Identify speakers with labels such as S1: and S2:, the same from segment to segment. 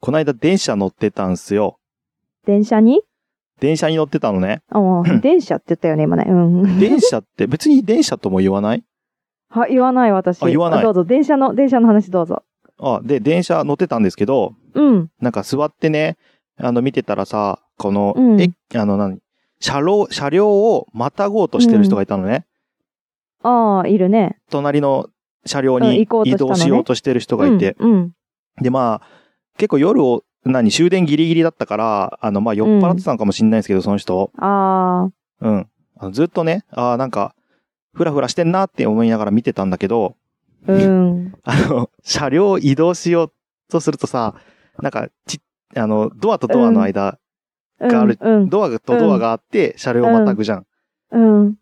S1: こないだ電車乗ってたんすよ。
S2: 電車に
S1: 電車に乗ってたのね。
S2: おう電車って言ったよね、今ね。うん。
S1: 電車って、別に電車とも言わない
S2: は、言わない私。
S1: あ言わない
S2: どうぞ、電車の、電車の話どうぞ。
S1: あ、で、電車乗ってたんですけど、
S2: うん。
S1: なんか座ってね、あの見てたらさ、この、
S2: うん
S1: え、あの何車両、車両をまたごうとしてる人がいたのね。
S2: ああ、いるね。
S1: 隣の車両
S2: うん
S1: に移
S2: 行こうとしたのね
S1: 動しようとしてる人がいて。
S2: うん。うん
S1: で、まあ、結構夜を、何、終電ギリギリだったから、あの、まあ、酔っ払ってたのかもしれないんですけど、その人。
S2: あ
S1: うん。あのずっとね、ああ、なんか、ふらふらしてんなって思いながら見てたんだけど、
S2: あ、うん。
S1: あの、車両を移動しようとするとさ、なんか、ち、あの、ドアとドアの間、がある
S2: うん。
S1: ドアとドアがあって、車両をまたぐじゃん。
S2: うん。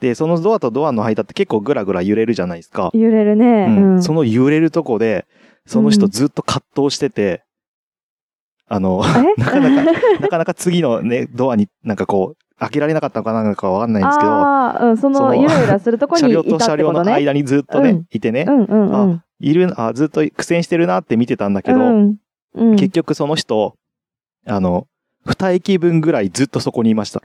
S1: で、そのドアとドアの間って結構グラグラ揺れるじゃないですか。
S2: 揺れるね。
S1: う。
S2: うんん。
S1: その揺れるとこで、その
S2: う
S1: 人
S2: ん
S1: ずっと葛藤してて、あの、
S2: え
S1: なかな か、なかなか次のね、ドアになんかこう、開けられなかったのかなんかわかんないんですけど、
S2: ああ、うん、そ
S1: そ
S2: の、
S1: の
S2: ゆらゆらするとこ
S1: 車
S2: にい
S1: 両
S2: たって
S1: と車両
S2: こと
S1: の
S2: ね。
S1: 間にずっとね、
S2: うん
S1: いてね
S2: う、んうんうん。
S1: いる、あ、ずっと苦戦してるなって見てたんだけど、
S2: うん。うん。
S1: 結局その人、あの、二駅分ぐらいずっとそこにい ました。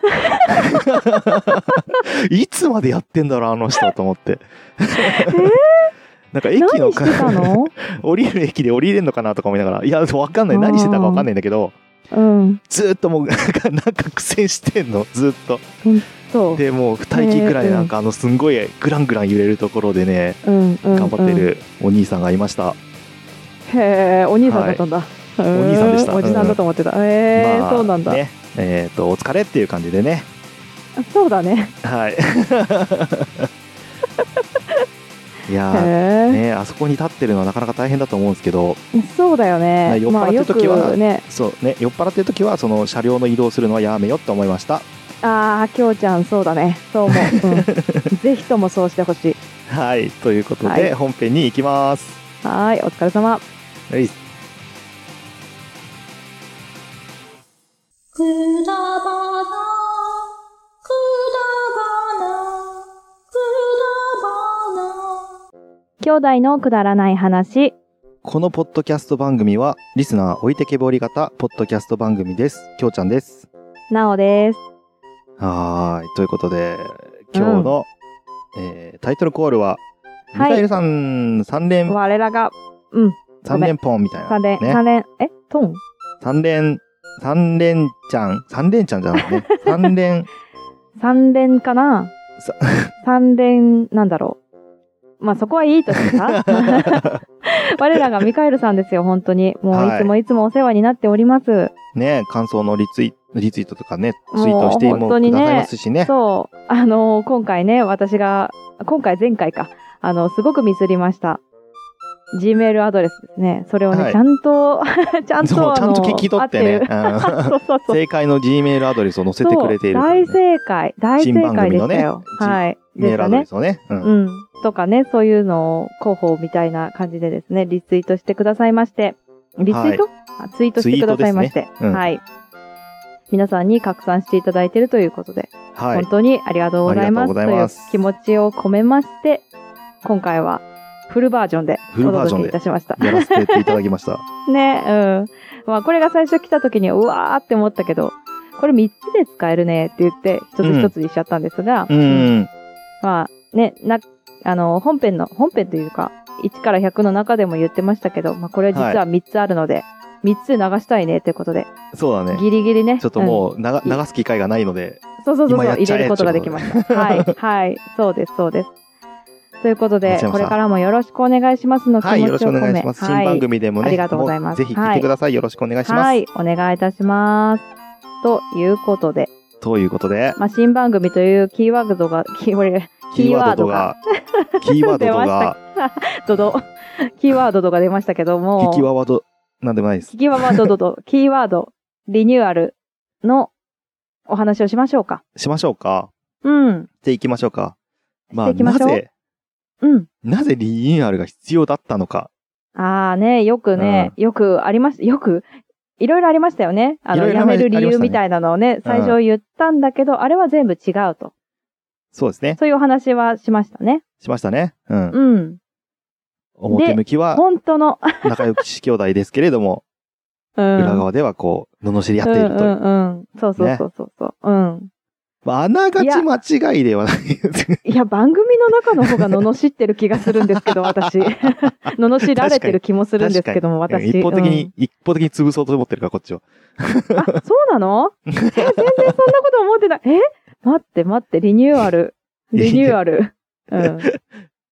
S1: いつまでやってんだろう、あの人と思って。なんか駅の
S2: 何してたの
S1: 降りる駅で降りれんのかなとか思いながら、いや、わかんない。何してたかわかんないんだけど、
S2: うん。
S1: ずっともう、なんか、なんか苦戦してんの、ずっと。
S2: そう。
S1: で、もう二駅ぐらいなんか、あの、すんごいグラングラン揺れるところでね、
S2: うんうん。
S1: 頑張って。るお兄さんがいました。
S2: へえ、お兄さんだったんだ。お
S1: お兄さんでした
S2: おじさんだと思ってた。へえ、
S1: まあ
S2: そうなんだ。
S1: ね、えっ、と、お疲れっていう感じでね。
S2: そうだね。
S1: はい。い
S2: へ
S1: やー、
S2: え。
S1: ね、あそこに立ってるのはなかなか大変だと思うんですけど、
S2: そうだよ
S1: まあ
S2: ね。
S1: 酔っ
S2: ま
S1: 払
S2: あ
S1: ってる
S2: よ
S1: 時は
S2: くね。
S1: そうね、酔っ払ってる時は、その車両の移動するのはやめよって思いました。
S2: ああ、きょうちゃん、そうだね。そう思う。 うんぜひともそうしてほしい。
S1: はい、ということで、
S2: はい
S1: 本編に行きます。
S2: はーい、お疲れ様。
S1: はい
S3: くだばな、くだばな、くだばな。
S2: 兄弟のくだらない話。
S1: このポッドキャスト番組は、リスナー置いてけぼり型ポッドキャスト番組です。きょうちゃんです。
S2: なおです。
S1: はーい、ということで、今日の、えータイトルコールは、ミ
S2: はい
S1: カエルさん、三連、
S2: 我らが、
S1: 三連ポンみたいな、
S2: 三
S1: ね。
S2: 連、三連、え、トン
S1: 三連、三連ちゃん、三連ちゃんじゃない ね。三連、
S2: 三連かな
S1: さ
S2: 三連、なんだろう。まあそこはいいとし てさ。 我らがミカエルさんですよ、本当に。もう
S1: はい
S2: いつもいつもお世話になっております。
S1: ね、感想のリツイリツイートとかね、ツイー
S2: も
S1: ト
S2: う
S1: しても
S2: 本
S1: く
S2: 当
S1: だ
S2: にね
S1: さいますしね。
S2: そう、あのー今回ね、私が、今回前回か、あのすごくミスりました。Gmail アドレスですね。それをね、
S1: はい
S2: ちゃんと、 ちゃん
S1: そう
S2: と、
S1: ちゃんと聞き取ってね。
S2: あの合って
S1: うん
S2: るそう そうそう。
S1: 正解の G メールアドレスを載せてくれている
S2: そう
S1: という
S2: 大
S1: ね、
S2: 正解。大正
S1: 新番
S2: 解
S1: 組
S2: で
S1: の
S2: し
S1: ね
S2: たよ。はい。
S1: メー
S2: でし
S1: ルアド
S2: たね
S1: レ。スをね。うん
S2: うん。とかね、そういうのを広報みたいな感じでですね、リツイートしてくださいまして。リツイート、あツイートしてくださいまして。
S1: すねうん
S2: はい。皆さんに拡散していただいているということで、
S1: はい
S2: 本。当にありがとうございま
S1: ありがとうご
S2: す
S1: ざいます
S2: という気持ちを込めまして、今回はフルバージョンでお
S1: フルバージョン
S2: 届
S1: で
S2: けいたしました。
S1: やらせていただきま した。
S2: ね、うん。まあこれが最初来た時に、うわーって思ったけど、これ3つで使えるねって言って、一つ一つにしちゃったんですが、
S1: うん。
S2: まあね、な、あの、本編の、本編というか、1から100の中でも言ってましたけど、まあこれは実は3つあるので、3つ流したいねということで、
S1: そうだね。
S2: ギリギリね。
S1: ちょっともう、なが流す機会がないので、
S2: うん、そうそうそうそう、
S1: 今やっ
S2: 入
S1: ちゃえ
S2: れることができました。はい、 はい、そうです、そうです。ということで
S1: 松、山さ
S2: こ
S1: ん
S2: れからもよろしくお願いしますの気持
S1: はい、よろし
S2: ち
S1: く
S2: を
S1: お願
S2: 込
S1: い
S2: め。
S1: します。新番組でもね、
S2: ありがとうございます
S1: もぜひ聞いてください。よろしくお願いします。
S2: はい、はいお願いいたします。ということで、
S1: ということで、
S2: まあ、新番組というキーワードが、キーワードが、
S1: キーワードが、キーワード
S2: 出ま
S1: が、
S2: した。ドド、キーワードが出ましたけども、
S1: 聞きワワド、なんでもないです
S2: 聞。きワードドド、 キーワード、リニューアルのお話をしましょうか。
S1: しましょうか。
S2: うん、
S1: で、行きましょうか。ま
S2: して
S1: あ、
S2: いきま
S1: な
S2: しょう
S1: ぜ、
S2: うん。
S1: なぜリニューアルが必要だったのか。
S2: ああね、よくね、よくありました、よく、いろいろありましたよね。あの、
S1: いろいろあ
S2: や
S1: りま
S2: める理
S1: ありまし
S2: 由
S1: たね
S2: みたいなのをね、最
S1: う
S2: 初言ったんだけど、あれは全部違うと。
S1: そうですね。
S2: そういうお話はしましたね。
S1: しましたね。うん。
S2: うん。
S1: 表向きは
S2: 本当の、
S1: 仲良し兄弟ですけれども、
S2: うん。
S1: 裏側ではこう、罵り合っているというう。
S2: んうんうん。そうそうそうそうそう。うん。
S1: まあ、あながち間違いではないですけど
S2: いや、番組の中の方が罵ってる気がするんですけど、 私。罵られてる気もするんですけども、私。
S1: 一方的
S2: う
S1: に
S2: ん、
S1: 一方的に潰そうと思ってるから、こっちは。
S2: あ、そう なのえ全然そんなこと思ってない。え待って待って、リニューアル。リニューアル。 うん。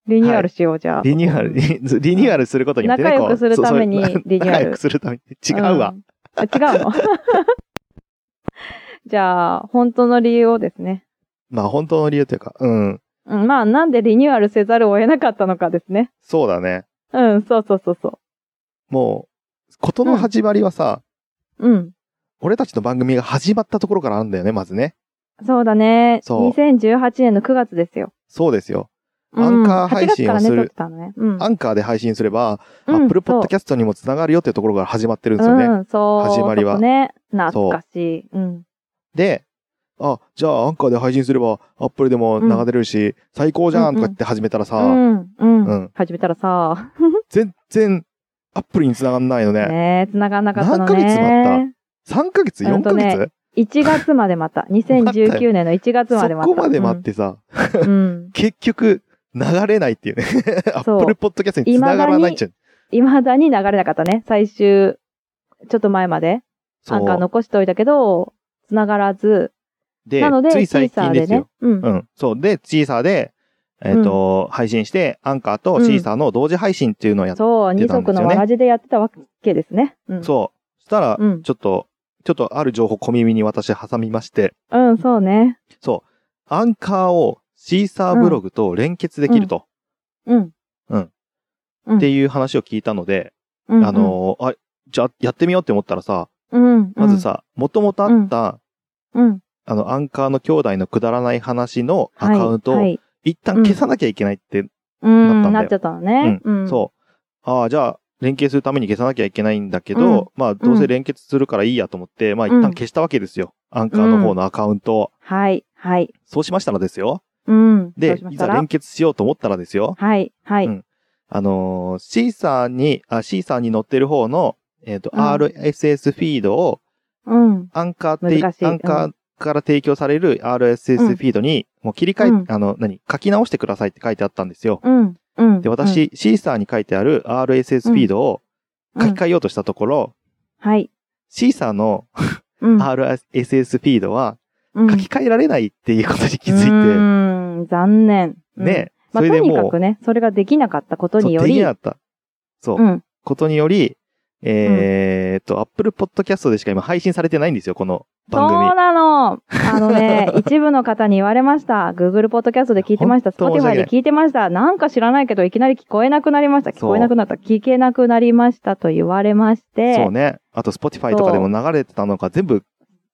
S2: リニューアルしよう、じゃあ。
S1: リニューアル、 リニューアルすることによってね、
S2: 仲良く
S1: こう
S2: するために
S1: そうそう
S2: リニューアル
S1: 仲良くするために。違うわ。
S2: ん。あ違うの じゃあ、本当の理由をですね。
S1: まあ、本当の理由というか、うん。
S2: うん、まあ、なんでリニューアルせざるを得なかったのかですね。
S1: そうだね。
S2: うん、そうそうそうそ
S1: もう、ことの始まりはさ、
S2: う。うん。
S1: 俺たちの番組が始まったところからあるんだよね、まずね。
S2: そうだね。
S1: そう
S2: 2018年の9月ですよ。
S1: そうですよ。
S2: うん
S1: アンカー配信をする
S2: 8月からね、撮ってたのね。うん。
S1: アンカーで配信すれば、ア
S2: うん
S1: ップルポッドキャストにもつながるよっていうところから始まってるんですよね。
S2: うん、そう。
S1: 始まりは
S2: そこね。懐かしい。うん。
S1: で、あ、じゃあアンカーで配信すれば、アップルでも流れるし、最高じゃんとか言って始めたらさ、
S2: うん、うん。
S1: うん
S2: 始めたらさ、
S1: 全然、アップルに繋がんないのね。
S2: ね繋がんなかったのね。
S1: 何ヶ月待3ヶ月
S2: うん
S1: ?4
S2: と
S1: ヶ
S2: ね
S1: 月、
S2: 1月までまた。2019年の1月まで
S1: そ
S2: また。
S1: こまで待ってさ、
S2: うん。うん。
S1: 結局、流れないっていうね。 ア
S2: そう
S1: ップルポッドキャストに繋がらないっちゃう。
S2: 未だに流れなかったね。最終、ちょっと前まで。アンカー
S1: そう。
S2: 残しておいたけど、繋がらず。
S1: で
S2: なので、
S1: つ
S2: シ
S1: い
S2: ー
S1: 最
S2: サー
S1: 近
S2: で
S1: です
S2: ね
S1: よ。。
S2: うん。
S1: うん。そう。で、シーサーで、えっ、と、配信して、アンカーとシーサーの同時配信っていうのをやっ
S2: そう、
S1: 出
S2: 二
S1: たんですよね
S2: 足のわらじでやってたわけですね。うん。
S1: そう。したら、
S2: うん
S1: ちょっと、ちょっとある情報小耳に私挟みまして、
S2: うん、そうね。
S1: そう。アンカーをシーサーブログと連結できると、
S2: うん。うん
S1: っていう話を聞いたので、
S2: うん
S1: あ、のーあ、じゃあやってみようって思ったらさ、
S2: うん。
S1: まずさ、もともとあった、
S2: うん、
S1: あの、アンカーの兄弟のくだらない話のア
S2: はい
S1: カウント
S2: は
S1: を
S2: い
S1: 一旦消さなきゃいけないって、
S2: うん、
S1: なった
S2: な
S1: んだよ
S2: っちゃったのね。うん。
S1: そう。ああ、じゃあ、連携するために消さなきゃいけないんだけど、
S2: うん
S1: まあ、どうせ連結するからいいやと思って、まあ、一旦消したわけですよ。アンカーの方のアカウントを。
S2: はい、はい。
S1: そうしましたらですよ。
S2: うん。そ
S1: で
S2: うし、ま
S1: い
S2: した
S1: ざ
S2: ら
S1: 連結しようと思ったらですよ。
S2: はい、は
S1: う
S2: い
S1: ん。あのーシーサーに、あ、シーサーに載ってる方の、えっ、と、
S2: うん
S1: RSS フィードを、
S2: うん。
S1: アンカーって、
S2: 難しい
S1: アンカーから提供される RSS フィードに、もう切り替え、
S2: うん
S1: あの、何、書き直してくださいって書いてあったんですよ。
S2: うん。うん。
S1: で、私、シーサーに書いてある RSS フィードを
S2: うん、
S1: 書き換えようとしたところ、
S2: うんはい。
S1: シーサーの
S2: うん。
S1: RSS フィードは
S2: うん
S1: 書き換えられないっていうことに気
S2: う
S1: づい
S2: ーん、残念。
S1: て、ね、
S2: うん。ま
S1: それ
S2: あ、と
S1: で
S2: にか
S1: も
S2: くね、それができなかったこと
S1: う、そう
S2: によ
S1: でき
S2: り、
S1: なかった。そう
S2: う、ん。
S1: ことにより、えーっと、Apple Podcast でしか今配信されてないんですよ、この番組。
S2: そうなの。あの ね、一部の方に言われました。Google ポッドキャストで聞いてました。
S1: 本当申し
S2: Spotify
S1: 訳ない
S2: で聞いてました。なんか知らないけど、いきなり聞こえなくなりました。聞
S1: そう
S2: こえなくなった。聞けなくなりましたと言われまして。
S1: そうね。あと Spotify とかでも流れてたのが全部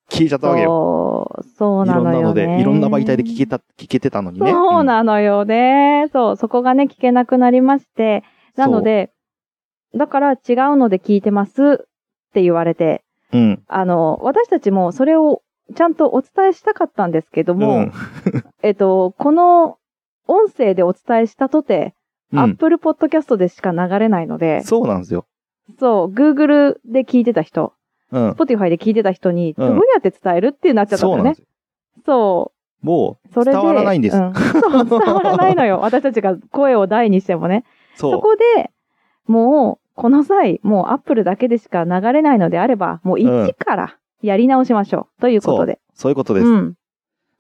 S1: 消えちゃったわけよ。
S2: そう、そう
S1: い
S2: な
S1: ろん
S2: の
S1: な
S2: よ
S1: の
S2: ね。
S1: で、いろんな媒体で聞けた、聞けてたのにね。
S2: そうなのよね。そう、そこがね、聞けなくなりまして。なので、だから違うので聞いてますって言われて、
S1: うん。
S2: あの、私たちもそれをちゃんとお伝えしたかったんですけど
S1: うん。
S2: も、えっと、この音声でお伝えしたとて、
S1: うん、うん
S2: Apple Podcast でしか流れないので、
S1: そうなんですよ。
S2: そう、Google で聞いてた人、
S1: うん。
S2: Spotify で聞いてた人に、
S1: うん
S2: どうやって伝えるってなっちゃった
S1: そ
S2: んだ
S1: う
S2: よ
S1: なんで
S2: ね
S1: す。よ。
S2: そう。
S1: もう、
S2: それで。
S1: 伝わらないんです
S2: うんそう、伝わらないのよ。私たちが声を大にしてもね。そ
S1: そう。
S2: こで、もう、この際、もうアップルだけでしか流れないのであれば、もう
S1: うん
S2: 一からやり直しましょう。ということで。
S1: そういうこと
S2: う
S1: です。
S2: ん。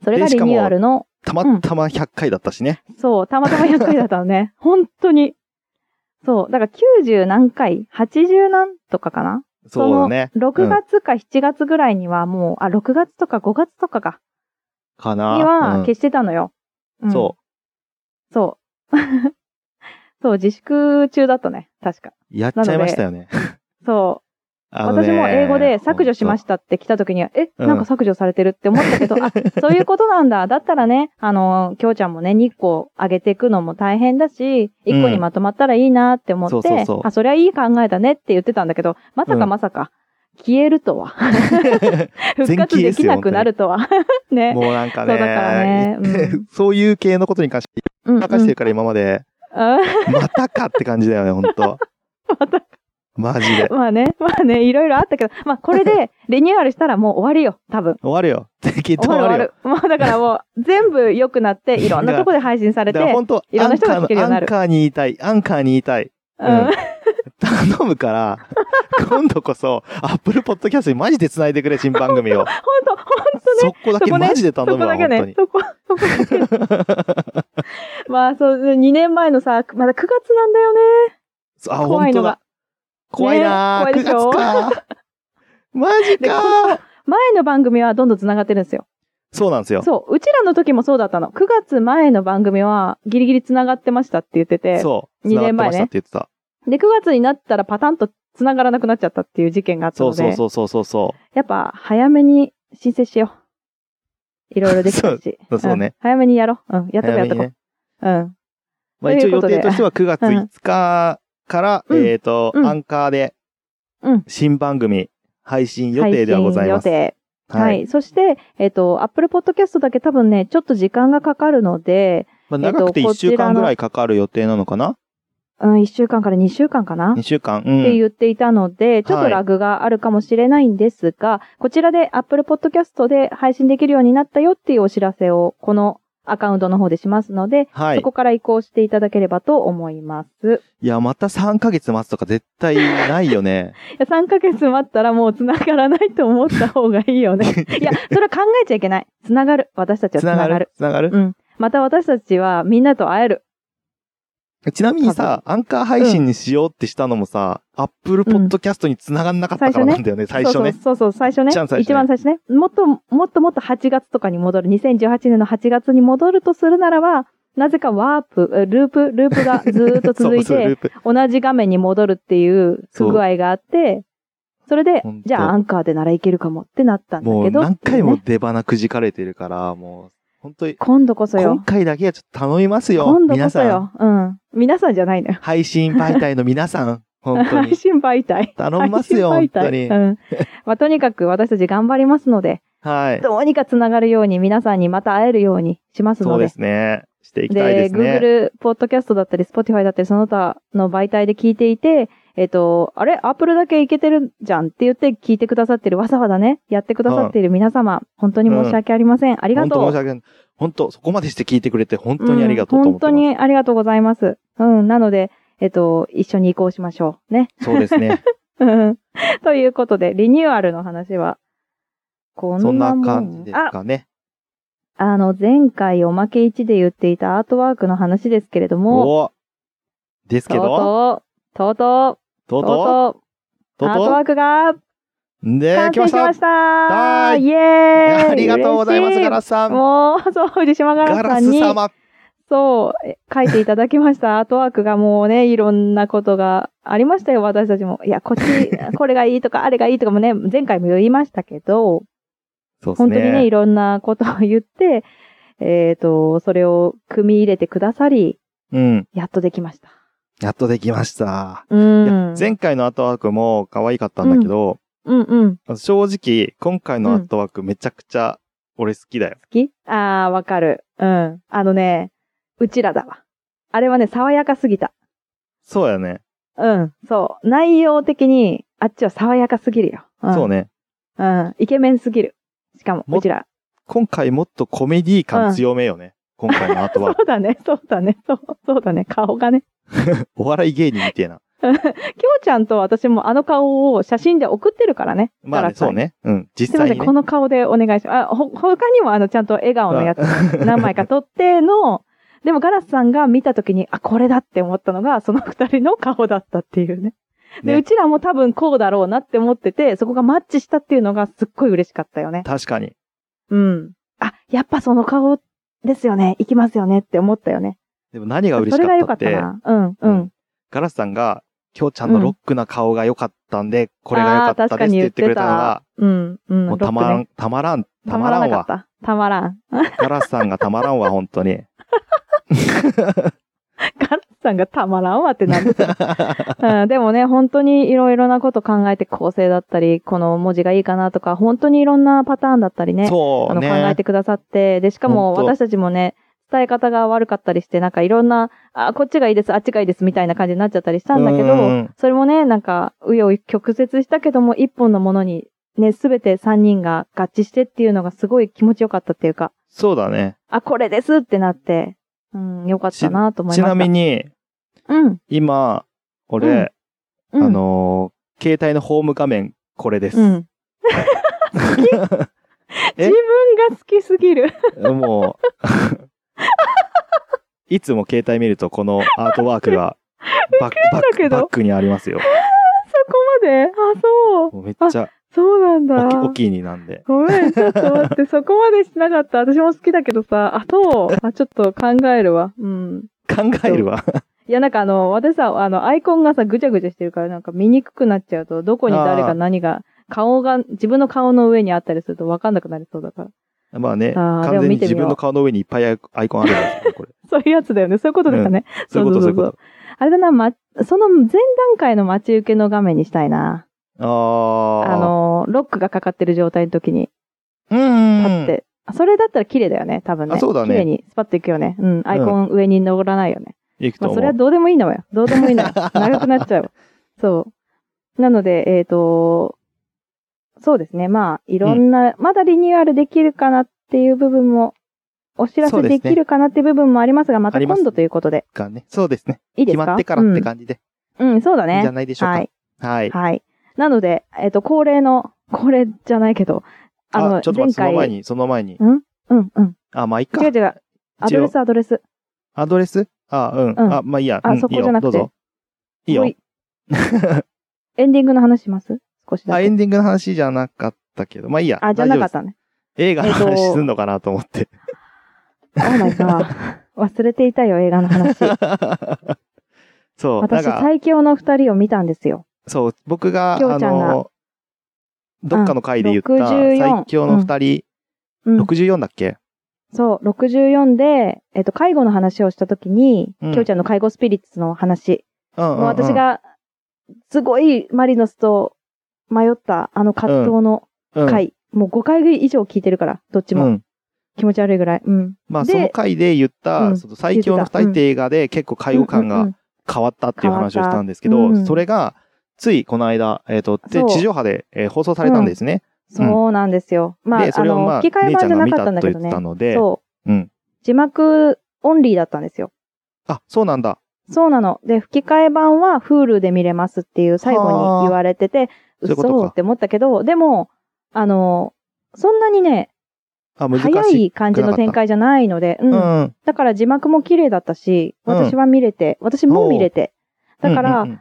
S2: それが
S1: でし
S2: リ
S1: かも
S2: ニューアルの、
S1: たまたま100回だったしね。
S2: そう、たまたま100回だった のね。本当に。そう、だから90何回、80何とかかな
S1: そうだね。
S2: の6月か7月ぐらいにはもう、あ、6月とか5月とかか、
S1: か
S2: に
S1: な。う
S2: は
S1: ん
S2: 消してたのよ。うん
S1: そ
S2: そう。そう、自粛中だったね。確か。
S1: う。やっちゃいましたよね。
S2: そう。
S1: あのね
S2: 私も英語で削除しましたって来た時には、え、
S1: うん
S2: なんか削除されてるって思った けど、あ、そういうことなんだ。だったらね、あの、きょうちゃんもね、2個上げていくのも大変だし、1個にまとまったらいいなって思って、
S1: うんそうそうそう
S2: あ、そりゃいい考えだねって言ってたんだけど、まさ
S1: う
S2: か
S1: ん
S2: まさか、消えるとは。復
S1: 全
S2: 活
S1: 消え
S2: で
S1: ですよ
S2: きなくなるとは。ね。
S1: もうなんかね。
S2: そうだからねう
S1: そういう系のことに関して、
S2: うんうん
S1: 任してるから今まで、
S2: うん
S1: またかって感じだよね、本当マジで。
S2: まあね、まあね、いろいろあったけど、まあこれでリニューアルしたらもう終わりよ、多分。
S1: 終わるよ。きっと
S2: 終
S1: 終わ
S2: わる終わ
S1: るよ
S2: る。もうだからもう全部良くなって、いろんなとこで配信さ。れ
S1: だ
S2: て、
S1: から本当、
S2: いろんな人が聞けるよう
S1: ア
S2: にな
S1: ン
S2: る
S1: カーに言いたい。アンカーに言いたい。
S2: うん。
S1: 頼む から、今度こそ、アップルポッドキャストにマジで繋いでくれ、新番組を。
S2: 本当本当
S1: そ
S2: ね。
S1: こだけ
S2: そこね
S1: マジで
S2: そ
S1: 頼
S2: こ
S1: むわ、
S2: だけ
S1: 本当
S2: ね
S1: に。。
S2: そこ、そこだけ。 まあ、そう、2年前のさ、まだ9月なんだよね。
S1: あ、
S2: 怖
S1: 本
S2: い
S1: 当
S2: の
S1: だ
S2: が。
S1: 怖いなー
S2: ね怖いでしょ
S1: 9月か ーマジ
S2: で
S1: かー
S2: 前の番組はどんどん繋がってるんですよ。
S1: そうなんですよ。
S2: そう。うちらの時もそうだったの。9月前の番組はギリギリ繋がってましたって言ってて。
S1: そう。
S2: 二
S1: 繋がって
S2: 年
S1: ま
S2: 前
S1: したっ
S2: ね
S1: て言ってた。
S2: で、9月になったらパタンと繋がらなくなっちゃったっていう事件があった
S1: そ
S2: の
S1: う
S2: で。
S1: そうそうそうそうそ
S2: やっぱ、早めに申請しよう。いろいろできたし。
S1: そうそうね
S2: ん早めにやろう。うん。や
S1: う。
S2: っとこうやっとこう。
S1: ね。
S2: うん。
S1: まあ
S2: と
S1: 一
S2: い
S1: 応予
S2: うことで
S1: 定としては9月
S2: うん
S1: 5日から、
S2: うん
S1: えっと、
S2: うん
S1: アンカーで
S2: うん、
S1: 新番組配信予定ではございます。
S2: 配信予定。はい。。そして、えっ、と、Apple Podcast だけ多分ね、ちょっと時間がかかるので、
S1: まあ長くて
S2: えっと
S1: 1
S2: こ
S1: 週
S2: ちらの
S1: 間ぐらいかかる予定なのかな
S2: うん、1週間から2週間かな
S1: ?2 週間。う
S2: って
S1: ん。
S2: 言っていたので、ちょっ
S1: は
S2: と
S1: い
S2: ラグがあるかもしれないんですが、こちらで Apple Podcast で配信できるようになったよっていうお知らせを、このアカウントの方でしますので、
S1: はい
S2: そ。こから移行していただければと思います。
S1: いや、また3ヶ月待つとか絶対ないよ ね。
S2: いや3ヶ月待ったらもう繋がらないと思った方がいい よね。いや、それは考えちゃいけない。繋がる。私たちは
S1: つ
S2: 繋
S1: な
S2: が
S1: が
S2: る。
S1: るつながる
S2: うん。また私たちはみんなと会える。
S1: ちなみにさ、アンカー配信にしようってしたのもさ、アップルポッドキャストに繋がんなかったからなんだよね、最初ね。
S2: そうそうそうそう、最初ね。
S1: 一番最初ね
S2: 一番最初ね。もっと、もっともっと8月とかに戻る。2018年の8月に戻るとするならば、なぜかワープ、えループ、ループがずーっと続い
S1: そうそうル
S2: て、
S1: ープ
S2: 同じ画面に戻るっていう不具合があって、それで
S1: ほん、と
S2: じゃあアンカーでならいけるかもってなったんだけど。
S1: もう何回
S2: っていう
S1: も
S2: ね
S1: 出花くじかれてるから、もう、本当に、
S2: 今度こそ
S1: 今
S2: よ。
S1: 回だけはちょっと頼みますよ。
S2: 今度こ
S1: 皆
S2: そ
S1: さん。
S2: よ。うん。皆さんじゃないのよ。
S1: 配信媒体の皆さ ん、本当
S2: 配
S1: に。
S2: 信媒体。
S1: 頼みますよ、
S2: 配
S1: 本
S2: 信媒
S1: 当
S2: 体
S1: に
S2: う。ん。まあ、とにかく私たち頑張りますので、
S1: はい。
S2: どうにかつながるように、皆さんにまた会えるようにします
S1: そ
S2: の
S1: うで
S2: で。
S1: すね。していきたいですね。
S2: Google Podcast だったり、Spotify だったり、その他の媒体で聞いていて、えっ、と、あれ ?Apple だけいけてるじゃんって言って聞いてくださってる、わざわざね、やってくださっている皆様、本当に申し訳ありません。ありが
S1: 本当
S2: とう。
S1: 申し訳ない。本当、そこまでして聞いてくれて本当にありがとうと思って
S2: 本当
S1: ま
S2: にありがとうございます。うん、なので、えっ、と、一緒に移行しましょう。ね。
S1: す。そうですね。
S2: うんということで、リニューアルの話は、こ
S1: そ
S2: ん
S1: ん
S2: な
S1: な
S2: もん
S1: 感じです
S2: あ、
S1: かね。
S2: あの、前回おまけ1で言っていたアートワークの話ですけれども、
S1: おですけ
S2: とう
S1: ど、
S2: とう、とうと
S1: と
S2: う、
S1: うと
S2: とう
S1: う、と
S2: アートワ
S1: う
S2: ークが
S1: とう、で、
S2: 完
S1: 来ま
S2: 成
S1: し
S2: しま
S1: た
S2: したー
S1: ーい
S2: イエーイ
S1: ありがとうございます、
S2: 嬉し
S1: ガラスさん。
S2: もう、そう、藤島ガラス
S1: ガ
S2: さ
S1: ラ
S2: ん
S1: ス
S2: に、
S1: 様。
S2: そう、え書いていただきました。アートワークがもうね、いろんなことがありましたよ、私たちも。いや、こっ ち、これがいいとか、あれがいいとかもね、前回も言いましたけど、
S1: そうです
S2: 本当にね、い
S1: ね。
S2: ろんなことを言って、えっ、と、それを組み入れてくださり、
S1: うん。
S2: やっとできました。
S1: やっとできました。
S2: う
S1: いや
S2: ん。
S1: 前回のアートワークも可愛かったんだけど、
S2: うんうん。
S1: 正直、今回のアートワークめちゃくちゃ俺好きだよ。
S2: 好きあー、わかる。うん。あのね、うちらだわ。あれはね、爽やかすぎた。
S1: そうやね。
S2: うん。そう。内容的に、あっちは爽やかすぎるよ。ん、
S1: そう。ね。
S2: うん。イケメンすぎる。しかも、
S1: も
S2: うちら。
S1: 今回もっとコメディ感強めよね。今回のアート
S2: そ
S1: ワ ー
S2: うだね、そうだね、そう、そうだね、顔がね。
S1: ク。お笑い芸人みたいな。
S2: きょうちゃんと私もあの顔を写真で送ってるからね。
S1: まあ、ね、
S2: ガラスさん
S1: そう
S2: に
S1: ね。うん。
S2: すい
S1: 実
S2: ま
S1: 際
S2: せ
S1: に
S2: ん、
S1: ね
S2: こ。の顔でお願いします。あ、ほ、他にもあの、ちゃんと笑顔のやつ、何枚か撮っての、でもガラスさんが見たときに、あ、これだって思ったのが、その二人の顔だったっていうね。で、
S1: ね
S2: うちらも多分こうだろうなって思ってて、そこがマッチしたっていうのがすっごい嬉しかったよね。
S1: 確かに。
S2: うん。あ、やっぱその顔ですよね。いきますよねって思ったよね。
S1: でも何が嬉
S2: そ
S1: し
S2: れが良
S1: か
S2: か
S1: った
S2: っ
S1: ったて、
S2: な。うん、うん。
S1: ガラスさんが、きょうちゃんのロックな顔が良かったんで、これが良かったですって言ってくれたのが、
S2: うん、うん。
S1: もうたま
S2: ロ
S1: ら
S2: ック
S1: ん、
S2: ね
S1: たまらん、た
S2: た
S1: ま
S2: ま
S1: ら
S2: らなんかっ
S1: わ。
S2: た。たまらん。
S1: ガラスさんがたまらんわ、本 当に。
S2: ガラスさんがたまらんわって なんですようん、でもね、本当にいろいろなこと考えて構成だったり、この文字がいいかなとか、本当にいろんなパターンだったりね、
S1: そ
S2: あ
S1: う
S2: の考え
S1: ね
S2: て。くださって、で、しかも
S1: 本当
S2: 私たちもね、伝え方が悪かったりして、なんかいろんな、あ、こっちがいいです、あっちがいいです、みたいな感じになっちゃったりしたんだけ
S1: うんうんう
S2: ど
S1: ん、
S2: それもね、なんか、紆余曲折したけども、一本のものに、ね、すべて3人が合致してっていうのがすごい気持ちよかったっていうか、
S1: そうだね。
S2: あ、これですってなって、うん、よかったなと思いまし
S1: ち
S2: た。
S1: なみに、
S2: うん、
S1: 今、俺、
S2: うん。
S1: あのー携帯のホーム画面、これです。
S2: うん。
S1: え
S2: 自分が好きすぎる。
S1: も う、いつも携帯見るとこのアートワーク がバックバッ
S2: け
S1: ク
S2: ど
S1: バックにありますよ。
S2: そこまであ、そう。
S1: もうめっちゃ
S2: そうなん
S1: おき
S2: だ。
S1: お気になんで。
S2: ごめん、ちょっと待って、そこまでしな かった。私も好きだけどさ、あ、そう。あ、ちょっと考えるわ。うん。
S1: 考えるわ。
S2: いや、なんかあの、私さ、あの、アイコンがさ、ぐちゃぐちゃしてるから、なんか見にくくなっちゃうと、どこに誰
S1: あ
S2: が
S1: ー
S2: 何が、顔が、自分の顔の上にあったりすると分かんなくなりそうだから。
S1: まあね、
S2: あーで
S1: 完
S2: も
S1: 全に
S2: 見てみよ
S1: 自
S2: う
S1: 分の顔の上にいっぱいアイコンあるんです よ、これ。
S2: そういうやつだよね。そういうことですかね。
S1: そういうこと、
S2: そ
S1: そう
S2: そう
S1: いうう
S2: そう
S1: こ
S2: あれだな、ま、その前段階の待ち受けの画面にしたいな。
S1: と。ああ。
S2: あ、の、ロックがかかってる状態の時に、
S1: うん
S2: パ
S1: う
S2: っ
S1: んうん。
S2: て。それだったら綺麗だよね、多分ね。
S1: あそうだね
S2: 綺麗にスパッといくよね。うん、アイコン上に登らないよね。
S1: いくと
S2: まあ、
S1: 思。
S2: そうれはどうでもいいのよ。どうでもい いのよ。長くなっちゃうわ。そう。なので、えっ、と、そうですね。まあ、いろんな、まだリニューアルできるかなっていう部分も、お知ら
S1: そ
S2: せ
S1: うです
S2: で
S1: ね
S2: きるかなっていう部分もありますが、また
S1: あります
S2: 今度ということで。
S1: かね。そうですね。
S2: いいです
S1: 決
S2: か
S1: まってからって感じで。
S2: うん、うん、そうだ
S1: いいんじゃ
S2: ね。
S1: ないでしょう
S2: は
S1: か
S2: い。。
S1: はい。
S2: はい。なので、えっ、と、恒例の、恒例じゃないけど、あの、
S1: あ、ちょっと待って、そ
S2: 前
S1: の前
S2: 回、
S1: に、その前に。
S2: うん、うん。
S1: あ、まあ、いっか
S2: 違う。違う。アドレス、アドレス。
S1: アドレスあ、うん。
S2: うん
S1: あ、まあいいや。
S2: あ
S1: うん
S2: そこじゃなくて
S1: いいよどうぞ。いい
S2: ほ
S1: よ。
S2: エンディングの話します少しだ
S1: あ、
S2: け。
S1: エンディングの話じゃなかったけど。まあいいや。
S2: あ、じゃなかっ
S1: 大丈夫
S2: たね。
S1: です。映画の
S2: えっ
S1: 話
S2: と
S1: すんのかなと思って。
S2: オーマイガー。 忘れていたよ、映画の話。
S1: そう、なん
S2: 私、
S1: か、
S2: 最強の二人を見たんですよ。
S1: そう、僕が、
S2: きょ
S1: あ
S2: うちゃんが
S1: の、どっかの回で言った、
S2: 64
S1: 最強の二人、
S2: うん。
S1: 64だっけ
S2: そう、64で、えっと、介護の話をしたときに、
S1: うん
S2: きょうちゃんの介護スピリッツの話。
S1: うんうん
S2: もう私、が、すごいマリノスと迷った、あの葛藤の
S1: うん
S2: 回。もう5回以上聞いてるから、どっち
S1: う
S2: も。
S1: ん。
S2: 気持ち悪いぐらい。うん。
S1: まあ、
S2: で
S1: その回で言っ
S2: う
S1: た、
S2: ん
S1: その最強の二人って映画で結構介護感
S2: うんう
S1: が
S2: ん
S1: 変わったっていう話をしたんですけ
S2: 変わったう
S1: ど、
S2: ん
S1: それが、ついこの間、えっと、で
S2: そう
S1: 地上波でえー放送されたんですね。
S2: そうなんですよ。まあ、
S1: で、そ
S2: あ
S1: れをま
S2: の、
S1: あ、
S2: 吹き替
S1: 姉
S2: え
S1: ち
S2: 版
S1: ゃ
S2: じ
S1: ん
S2: ゃ
S1: が
S2: な
S1: 見
S2: かったたんだ
S1: と言
S2: けど
S1: って
S2: ね
S1: た。ので、。
S2: そううん字幕オンリーだったんですよ。
S1: あ、そうなんだ。
S2: そうなの。で、吹き替え版は Hulu で見れますっていう最後に言われてて、
S1: ーそういうことか
S2: 嘘って思ったけど、でも、あの、そんなにね、
S1: あ、難
S2: 早
S1: しい。
S2: い感じの展開じゃないので、う。
S1: うんん。
S2: だから字幕も綺麗だったし、
S1: うん
S2: 私は見れて、私も見れて。だか
S1: う
S2: ら
S1: ん、うん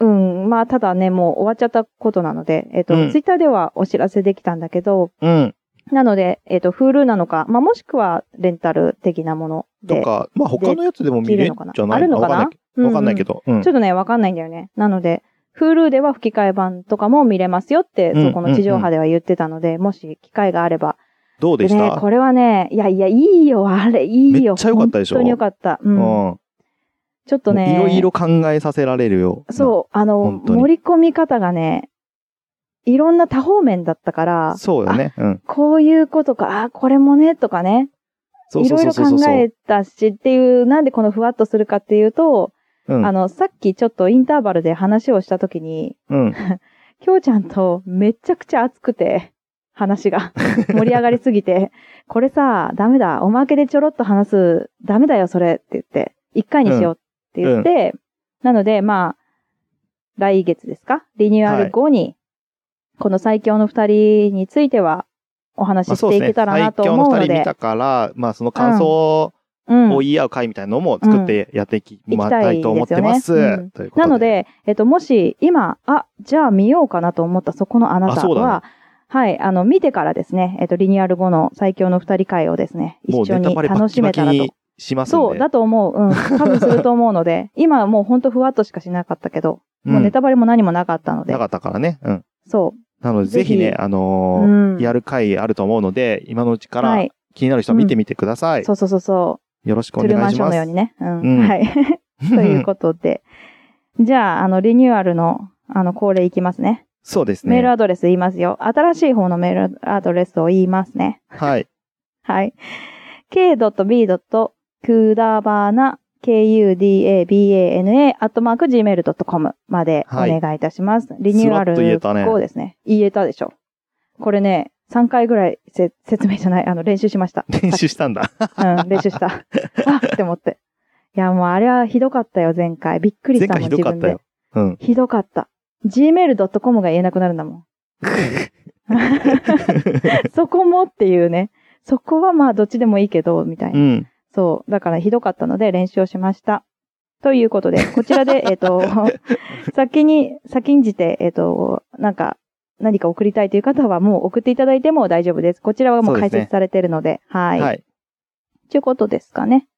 S2: うん、まあ、ただね、もう終わっちゃったことなので、えっ
S1: う
S2: と、
S1: ん
S2: ツイッターではお知らせできたんだけど、
S1: うん、うん
S2: なので、えっと、Hulu なのか、まあ、もしくはレンタル的なもの
S1: と
S2: で。
S1: か、まあ他のやつでも見れ
S2: でき
S1: る
S2: るのかな
S1: じゃない
S2: あるのかな
S1: わかんないわかんないけ
S2: ど
S1: ど。うん
S2: ちょっとね、わかんないんだよね。なので、Hulu では吹き替え版とかも見れますよって、
S1: うん
S2: そこの地上波では言ってたので、もし機会があれば。
S1: どうでし
S2: ね
S1: た、
S2: これはね、いやいや、いいよ、あれ、いいよ。
S1: めっちゃ良かったでしょ
S2: 本当によかった。う
S1: う
S2: ん。
S1: ん。
S2: ちょっとね、
S1: いろいろ考えさせられるよ。
S2: そう、あの、
S1: 本当に
S2: 盛り込み方がね、いろんな多方面だったか
S1: な
S2: ら、
S1: そうよね。うん。
S2: こういうことか、あ、これもね、とかね、
S1: そうそうそう
S2: いろ
S1: そう
S2: いろ
S1: そ
S2: 考
S1: う。
S2: えたしっていう、なんでこのふわっとするかっていうと、
S1: うん
S2: あの、さっきちょっとインターバルで話をしたときに、
S1: うん。
S2: きょうちゃんとめちゃくちゃ熱くて、話が盛り上がりすぎて、これさ、ダメだ、おまけでちょろっと話す、ダメだよ、それって言って、一回にしようって言って、なので、まあ、来月ですかリニューアル後に、この最強の二人については、お話
S1: まあ
S2: しし
S1: そう
S2: て
S1: で
S2: い
S1: すね。
S2: けたらな
S1: 最
S2: と
S1: 強
S2: 思
S1: の
S2: うの
S1: 二人見
S2: で、
S1: たから、まあその感想
S2: うん
S1: を言い合う会みたいなのも作ってやっていきまたいと思ってます。
S2: 行きたいですよねうん
S1: ということ
S2: なの、で、えっと、もし今、あ、じゃあ見ようかなと思ったそこのあな
S1: あ
S2: た
S1: そうだ
S2: は、はい、あの、見てからですね、えっと、リニューアル後の最強の二人会をですね、
S1: も
S2: 一
S1: う
S2: 緒
S1: ネタ
S2: に
S1: バレバッ
S2: 楽
S1: キ
S2: し
S1: バ
S2: め
S1: キ
S2: たらと
S1: に。しますんで。
S2: そう、だと思う。うん。多分すると思うので、 今はもうほんとふわっとしかしなかったけど、もうネタバレも何もなかったの
S1: うん
S2: で
S1: な、かったからね。うん。
S2: そ
S1: なので、ぜひ
S2: ぜ
S1: ね、
S2: ひ
S1: あ
S2: う。
S1: のー
S2: うん。
S1: やる回あると思うので、今のうちか
S2: は
S1: ら
S2: い。
S1: 気になる人は見てみてください。
S2: そうそうそうそ
S1: よろしく
S2: う。
S1: お
S2: トゥルーマ
S1: 願いし
S2: ンショー
S1: ま
S2: のよう
S1: す
S2: に。ね。う。
S1: うんん
S2: はい。 ということで。じゃあ、あの、リニューアルの、あの、恒例いきますね。
S1: そうですね。
S2: メールアドレス言いますよ。新しい方のメールアドレスを言いますね。
S1: はい。
S2: はい。 k.b.kudabana, kudabana, アットマーク gmail.com までお願いいたします。リニューアル
S1: スラッと言えたね
S2: 後ですね。言えたでしょ。これね、3回ぐらいせ 説明じゃない、あの、練習しました。
S1: 練習したんだ。
S2: うん、練習した。 あって思って。いや、もうあれはひどかったよ、前回。びっくりし
S1: 前
S2: たもん、
S1: 回ひどかったよ。うん。
S2: 自分で。ひどかった。gmail.com が言えなくなるんだもん。そこもっていうね。そこはまあ、どっちでもいいけど、みたいうな。
S1: ん。
S2: そう。だからひどかったので練習をしました。ということで、こちら で、えっと、先に、先んじて、えっと、なんか、何か送りたいという方はもう送っていただいても大丈夫です。こちらは
S1: そ
S2: もう
S1: うで
S2: 解
S1: すね
S2: 説されているので、はい。と、
S1: はい。
S2: い、うことですかね。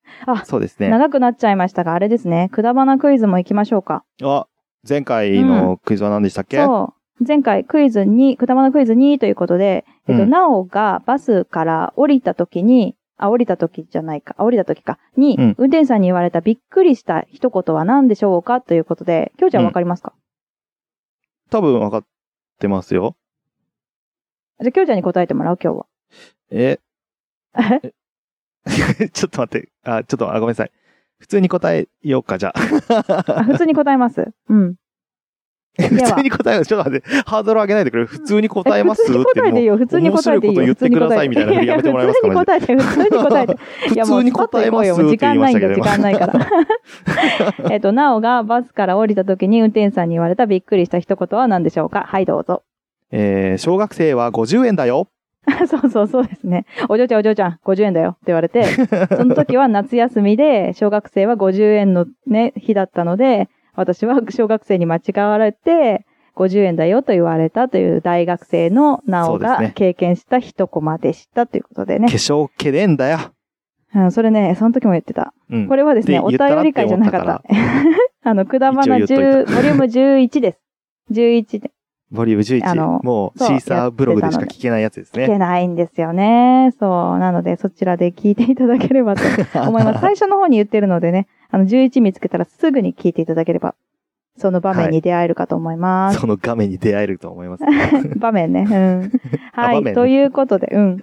S1: そうですね。
S2: 長くなっちゃいましたが、あれですね。くだばなクイズも行きましょうか。
S1: あ、前回のクイズは何でしたっけ、
S2: そう。前回クイズ2、くだばなクイズ2ということで、えっと、
S1: うん
S2: なおがバスから降りた時に、あ、降りた時じゃないか、あ降りた時か、に、
S1: うん
S2: 運転手さんに言われたびっくりした一言は何でしょうかということで、きょうちゃんわかりますか、
S1: 多分分かってますよ。
S2: じゃあ、きょうちゃんに答えてもらう、今日は。
S1: え ちょっと待って。あ、ちょっと、あ、ごめんなさい。普通に答えようか、じゃあ。
S2: あ、 普通に答えます。うん。
S1: 普通に答えよう。ちょっと待って。ハードル上げないでくれ。普通に答えます
S2: 普通に答えていいよ、普通に答えてい
S1: 面白いこ
S2: いよ。
S1: と言ってくださいみたいな振りやめてもらえますか
S2: いやいや普通に答えて、普通に答えて。 いや
S1: 普通に答えます
S2: もう
S1: って
S2: 時
S1: 言いま
S2: 間な
S1: したけ
S2: いんだ、
S1: ど
S2: 時
S1: 今
S2: 間ないから。 えっと、なおがバスから降りた時に運転手さんに言われたびっくりした一言は何でしょうかはい、どうぞ。
S1: えー、小学生は50円だよ。
S2: そうそうそうですね。お嬢ちゃんお嬢ちゃん、50円だよって言わ れて、その時は夏休みで、小学生は50円のね、日だったので、私は小学生に間違われて、50円だよと言われたという大学生のなお
S1: そうです
S2: が
S1: ね
S2: 経験した一コマでしたということで
S1: 化
S2: ね。
S1: 粧けねえんだよ。
S2: うん、それね、その時も言ってた。
S1: うん
S2: こ。れはですね、
S1: って
S2: お
S1: 言
S2: 便
S1: ったら
S2: り会じゃなかった。 あの、くだばな
S1: 一応言
S2: 10、ボリューム11です。11で
S1: ボリューム11。
S2: あの
S1: もう、シ
S2: そう
S1: ーサーブログでしか聞けないやつです
S2: 聞け
S1: ね。
S2: ないんですよね。そう。なので、そちらで聞いていただけ ればと思います。最初の方に言ってるのでね、あの、11見つけたらすぐに聞いていただければ、その場面に出会えるかと思います。
S1: その画面に出会えると思い ます。
S2: 場面ね。うん。は
S1: あ場面
S2: い、
S1: ね
S2: ということで、うん。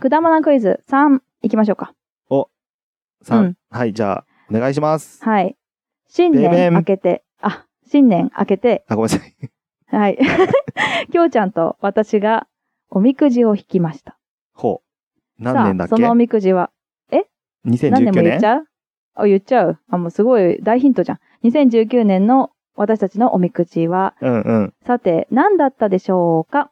S2: くだまなクイズ3、いきましょうか。
S1: さ
S2: うん
S1: ん、はい、じゃあ、お願いします。
S2: はい。新
S1: でべ
S2: 年
S1: ん
S2: 明けて、あ、新年明けて、
S1: あ、ごめんなさい。
S2: はい。 きょうちゃんと私がおみくじを引きました。
S1: ほう。何年だっ
S2: さあ、そ
S1: け
S2: のおみくじは、何年も
S1: ?2019
S2: 言っ
S1: 年
S2: ち。ゃうあ、言っちゃう。あ、もうすごい大ヒントじゃん。2019年の私たちのおみくじは、
S1: うんうん。
S2: さて、何だったでしょうか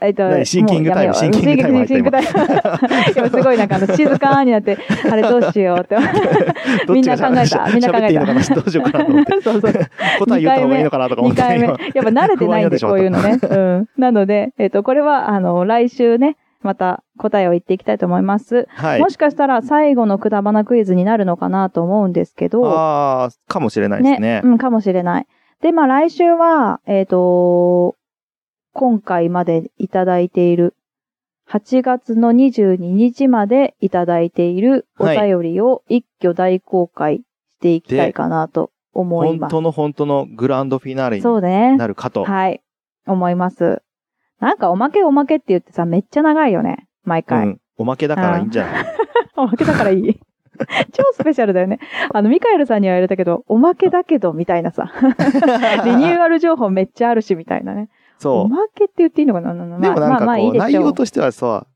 S2: えっと、
S1: 何シンキングタイム
S2: もうやめようシ
S1: シ
S2: ン
S1: ン
S2: キ
S1: キ
S2: ング
S1: ングタ
S2: タイム。今すご いなんかあの静かになって、あれどうしようって。
S1: どっちが
S2: みんな考えたみんな考
S1: 喋
S2: えた
S1: っていいのかなどうしようかなと 思って。
S2: そうそう。
S1: 答え言った方がいいのかなとか思
S2: 2
S1: って。
S2: 回目。
S1: 今
S2: やっぱ慣れてないんで、こういうのね。うん。なので、えっと、これは、あの、来週ね、また答えを言っていきたいと思います。
S1: はい
S2: も。しかしたら最後のくだばなクイズになるのかなと思うんですけど、
S1: ああ、かもしれないですね。
S2: うん、かもしれない。で、まあ来週は、えっ、と、今回までいただいている、8月の22日までいただいているお
S1: はい
S2: 便りを一挙大公開していきたいかなと思い
S1: 本
S2: ます。
S1: 当の本当のグランドフィナーレ
S2: そう
S1: に
S2: ね。
S1: なるかと。
S2: はい。思います。なんかおまけおまけって言ってさ、めっちゃ長いよね。毎
S1: う
S2: 回。
S1: ん。おまけだからいいんじゃない
S2: おまけだから いい。超スペシャルだよね。あの、ミカエルさんには言われたけど、おまけだけど、みたい なさ。リニューアル情報めっちゃあるし、みたいなね。お
S1: そ
S2: まけって言っていいのかなでも
S1: う。でもなんかこう、内容としてはさ、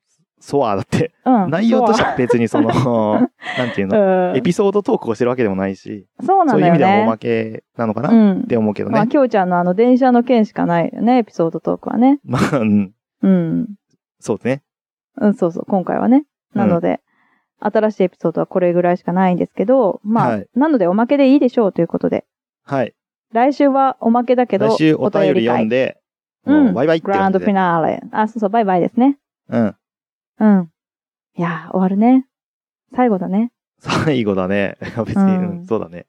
S1: そうだって、内容としてては別にそ の、なんていうの、
S2: は、うん
S1: エピソード投稿してるわけでもないし、
S2: そうな
S1: そ
S2: ん
S1: ういう意
S2: だよ
S1: 味ではおま
S2: ね。
S1: けなのか
S2: う
S1: なっ
S2: ん。
S1: て思うけど
S2: まあ、
S1: ね。
S2: きょうちゃんのあの、電車の件しかないよね、エピソードトークはね。
S1: まあ、うん
S2: うん。
S1: そうですね。
S2: うん、そうそう、今回はね。なので、新しいエピソードはこれぐらいしかないんですけど、まあ、
S1: はい
S2: なのでおまけでいいでしょうということで。
S1: はい。
S2: 来週はおまけだけど、
S1: 来週お便り読
S2: 会
S1: んで、
S2: うん
S1: もうバイバイって
S2: グラン
S1: 感
S2: ド
S1: じ
S2: フ
S1: で。
S2: ィナーレ。あ、そうそう、バイバイですね。
S1: うん。
S2: うん。いやー、終わるね。最後だね。
S1: 最後だね。 別に、
S2: うん
S1: うんそうだね。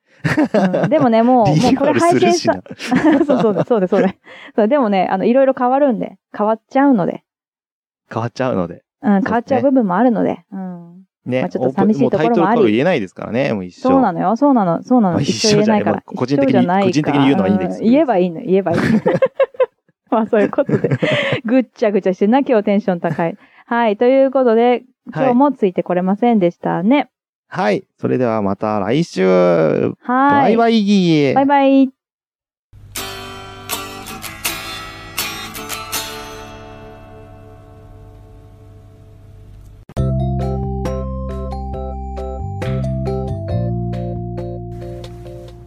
S2: う ん、でもね、もう、
S1: リ
S2: もう
S1: ニュ
S2: こ
S1: ーア
S2: れ
S1: ル
S2: 配
S1: する
S2: 信
S1: し
S2: した
S1: な。。
S2: そうそうだ、そうだ、そうだ。そうでもね、あの、いろいろ変わるんで、変わっちゃうので、
S1: 変わっちゃうので。
S2: うん、変わっち
S1: そ
S2: ゃう
S1: うですね
S2: 部分もあるので、うん。
S1: ね、
S2: まあちょっと
S1: オープン
S2: 寂しいところもあり
S1: うタイトルコール言えないですからね、もう一緒。
S2: そうなのよ、そうなの、そうな
S1: ま
S2: の。
S1: あ
S2: 一
S1: 一
S2: 緒言
S1: 緒
S2: え
S1: じゃ
S2: な
S1: ない
S2: いから。
S1: まあ個人的に
S2: 一緒じゃないから
S1: 個人的に言うのはいいんですけど
S2: 言えばいいの、言え ばいいの。まあそういうことで、ぐっちゃぐちゃしてんな、今日テンション高い。
S4: はい。ということで、今日もついてこれませんでしたね。
S5: はい。それではまた来週。
S4: は
S5: バ
S4: ーい。
S5: イバイギー。
S4: バイバイ。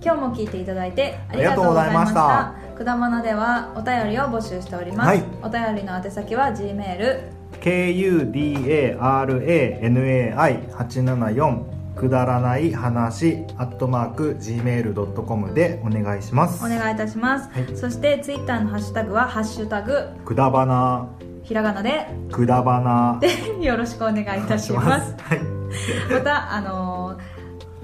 S2: 今日も聞いていただいて
S1: あ
S2: あり
S1: り
S2: が
S1: が
S2: と
S1: と
S2: う
S1: うご
S2: ござ
S1: ざ
S2: い
S1: い
S2: ま
S1: ま
S2: し
S1: した
S2: たくだまなではお便りを募集しております、
S1: はい
S2: お便りの宛先は G メール
S1: KUDARANAI874 くだらない話アットマーク Gmail.com でお願いします
S2: お願いいたします、
S1: はい
S2: そしてツイッターのハッシュタグは「ハッシュタグ
S1: くだばな
S2: ひらがなで
S1: くだばな」
S2: よろしくお願いいたし
S1: お願
S2: ま
S1: い
S2: す
S1: しますはい
S2: またあのー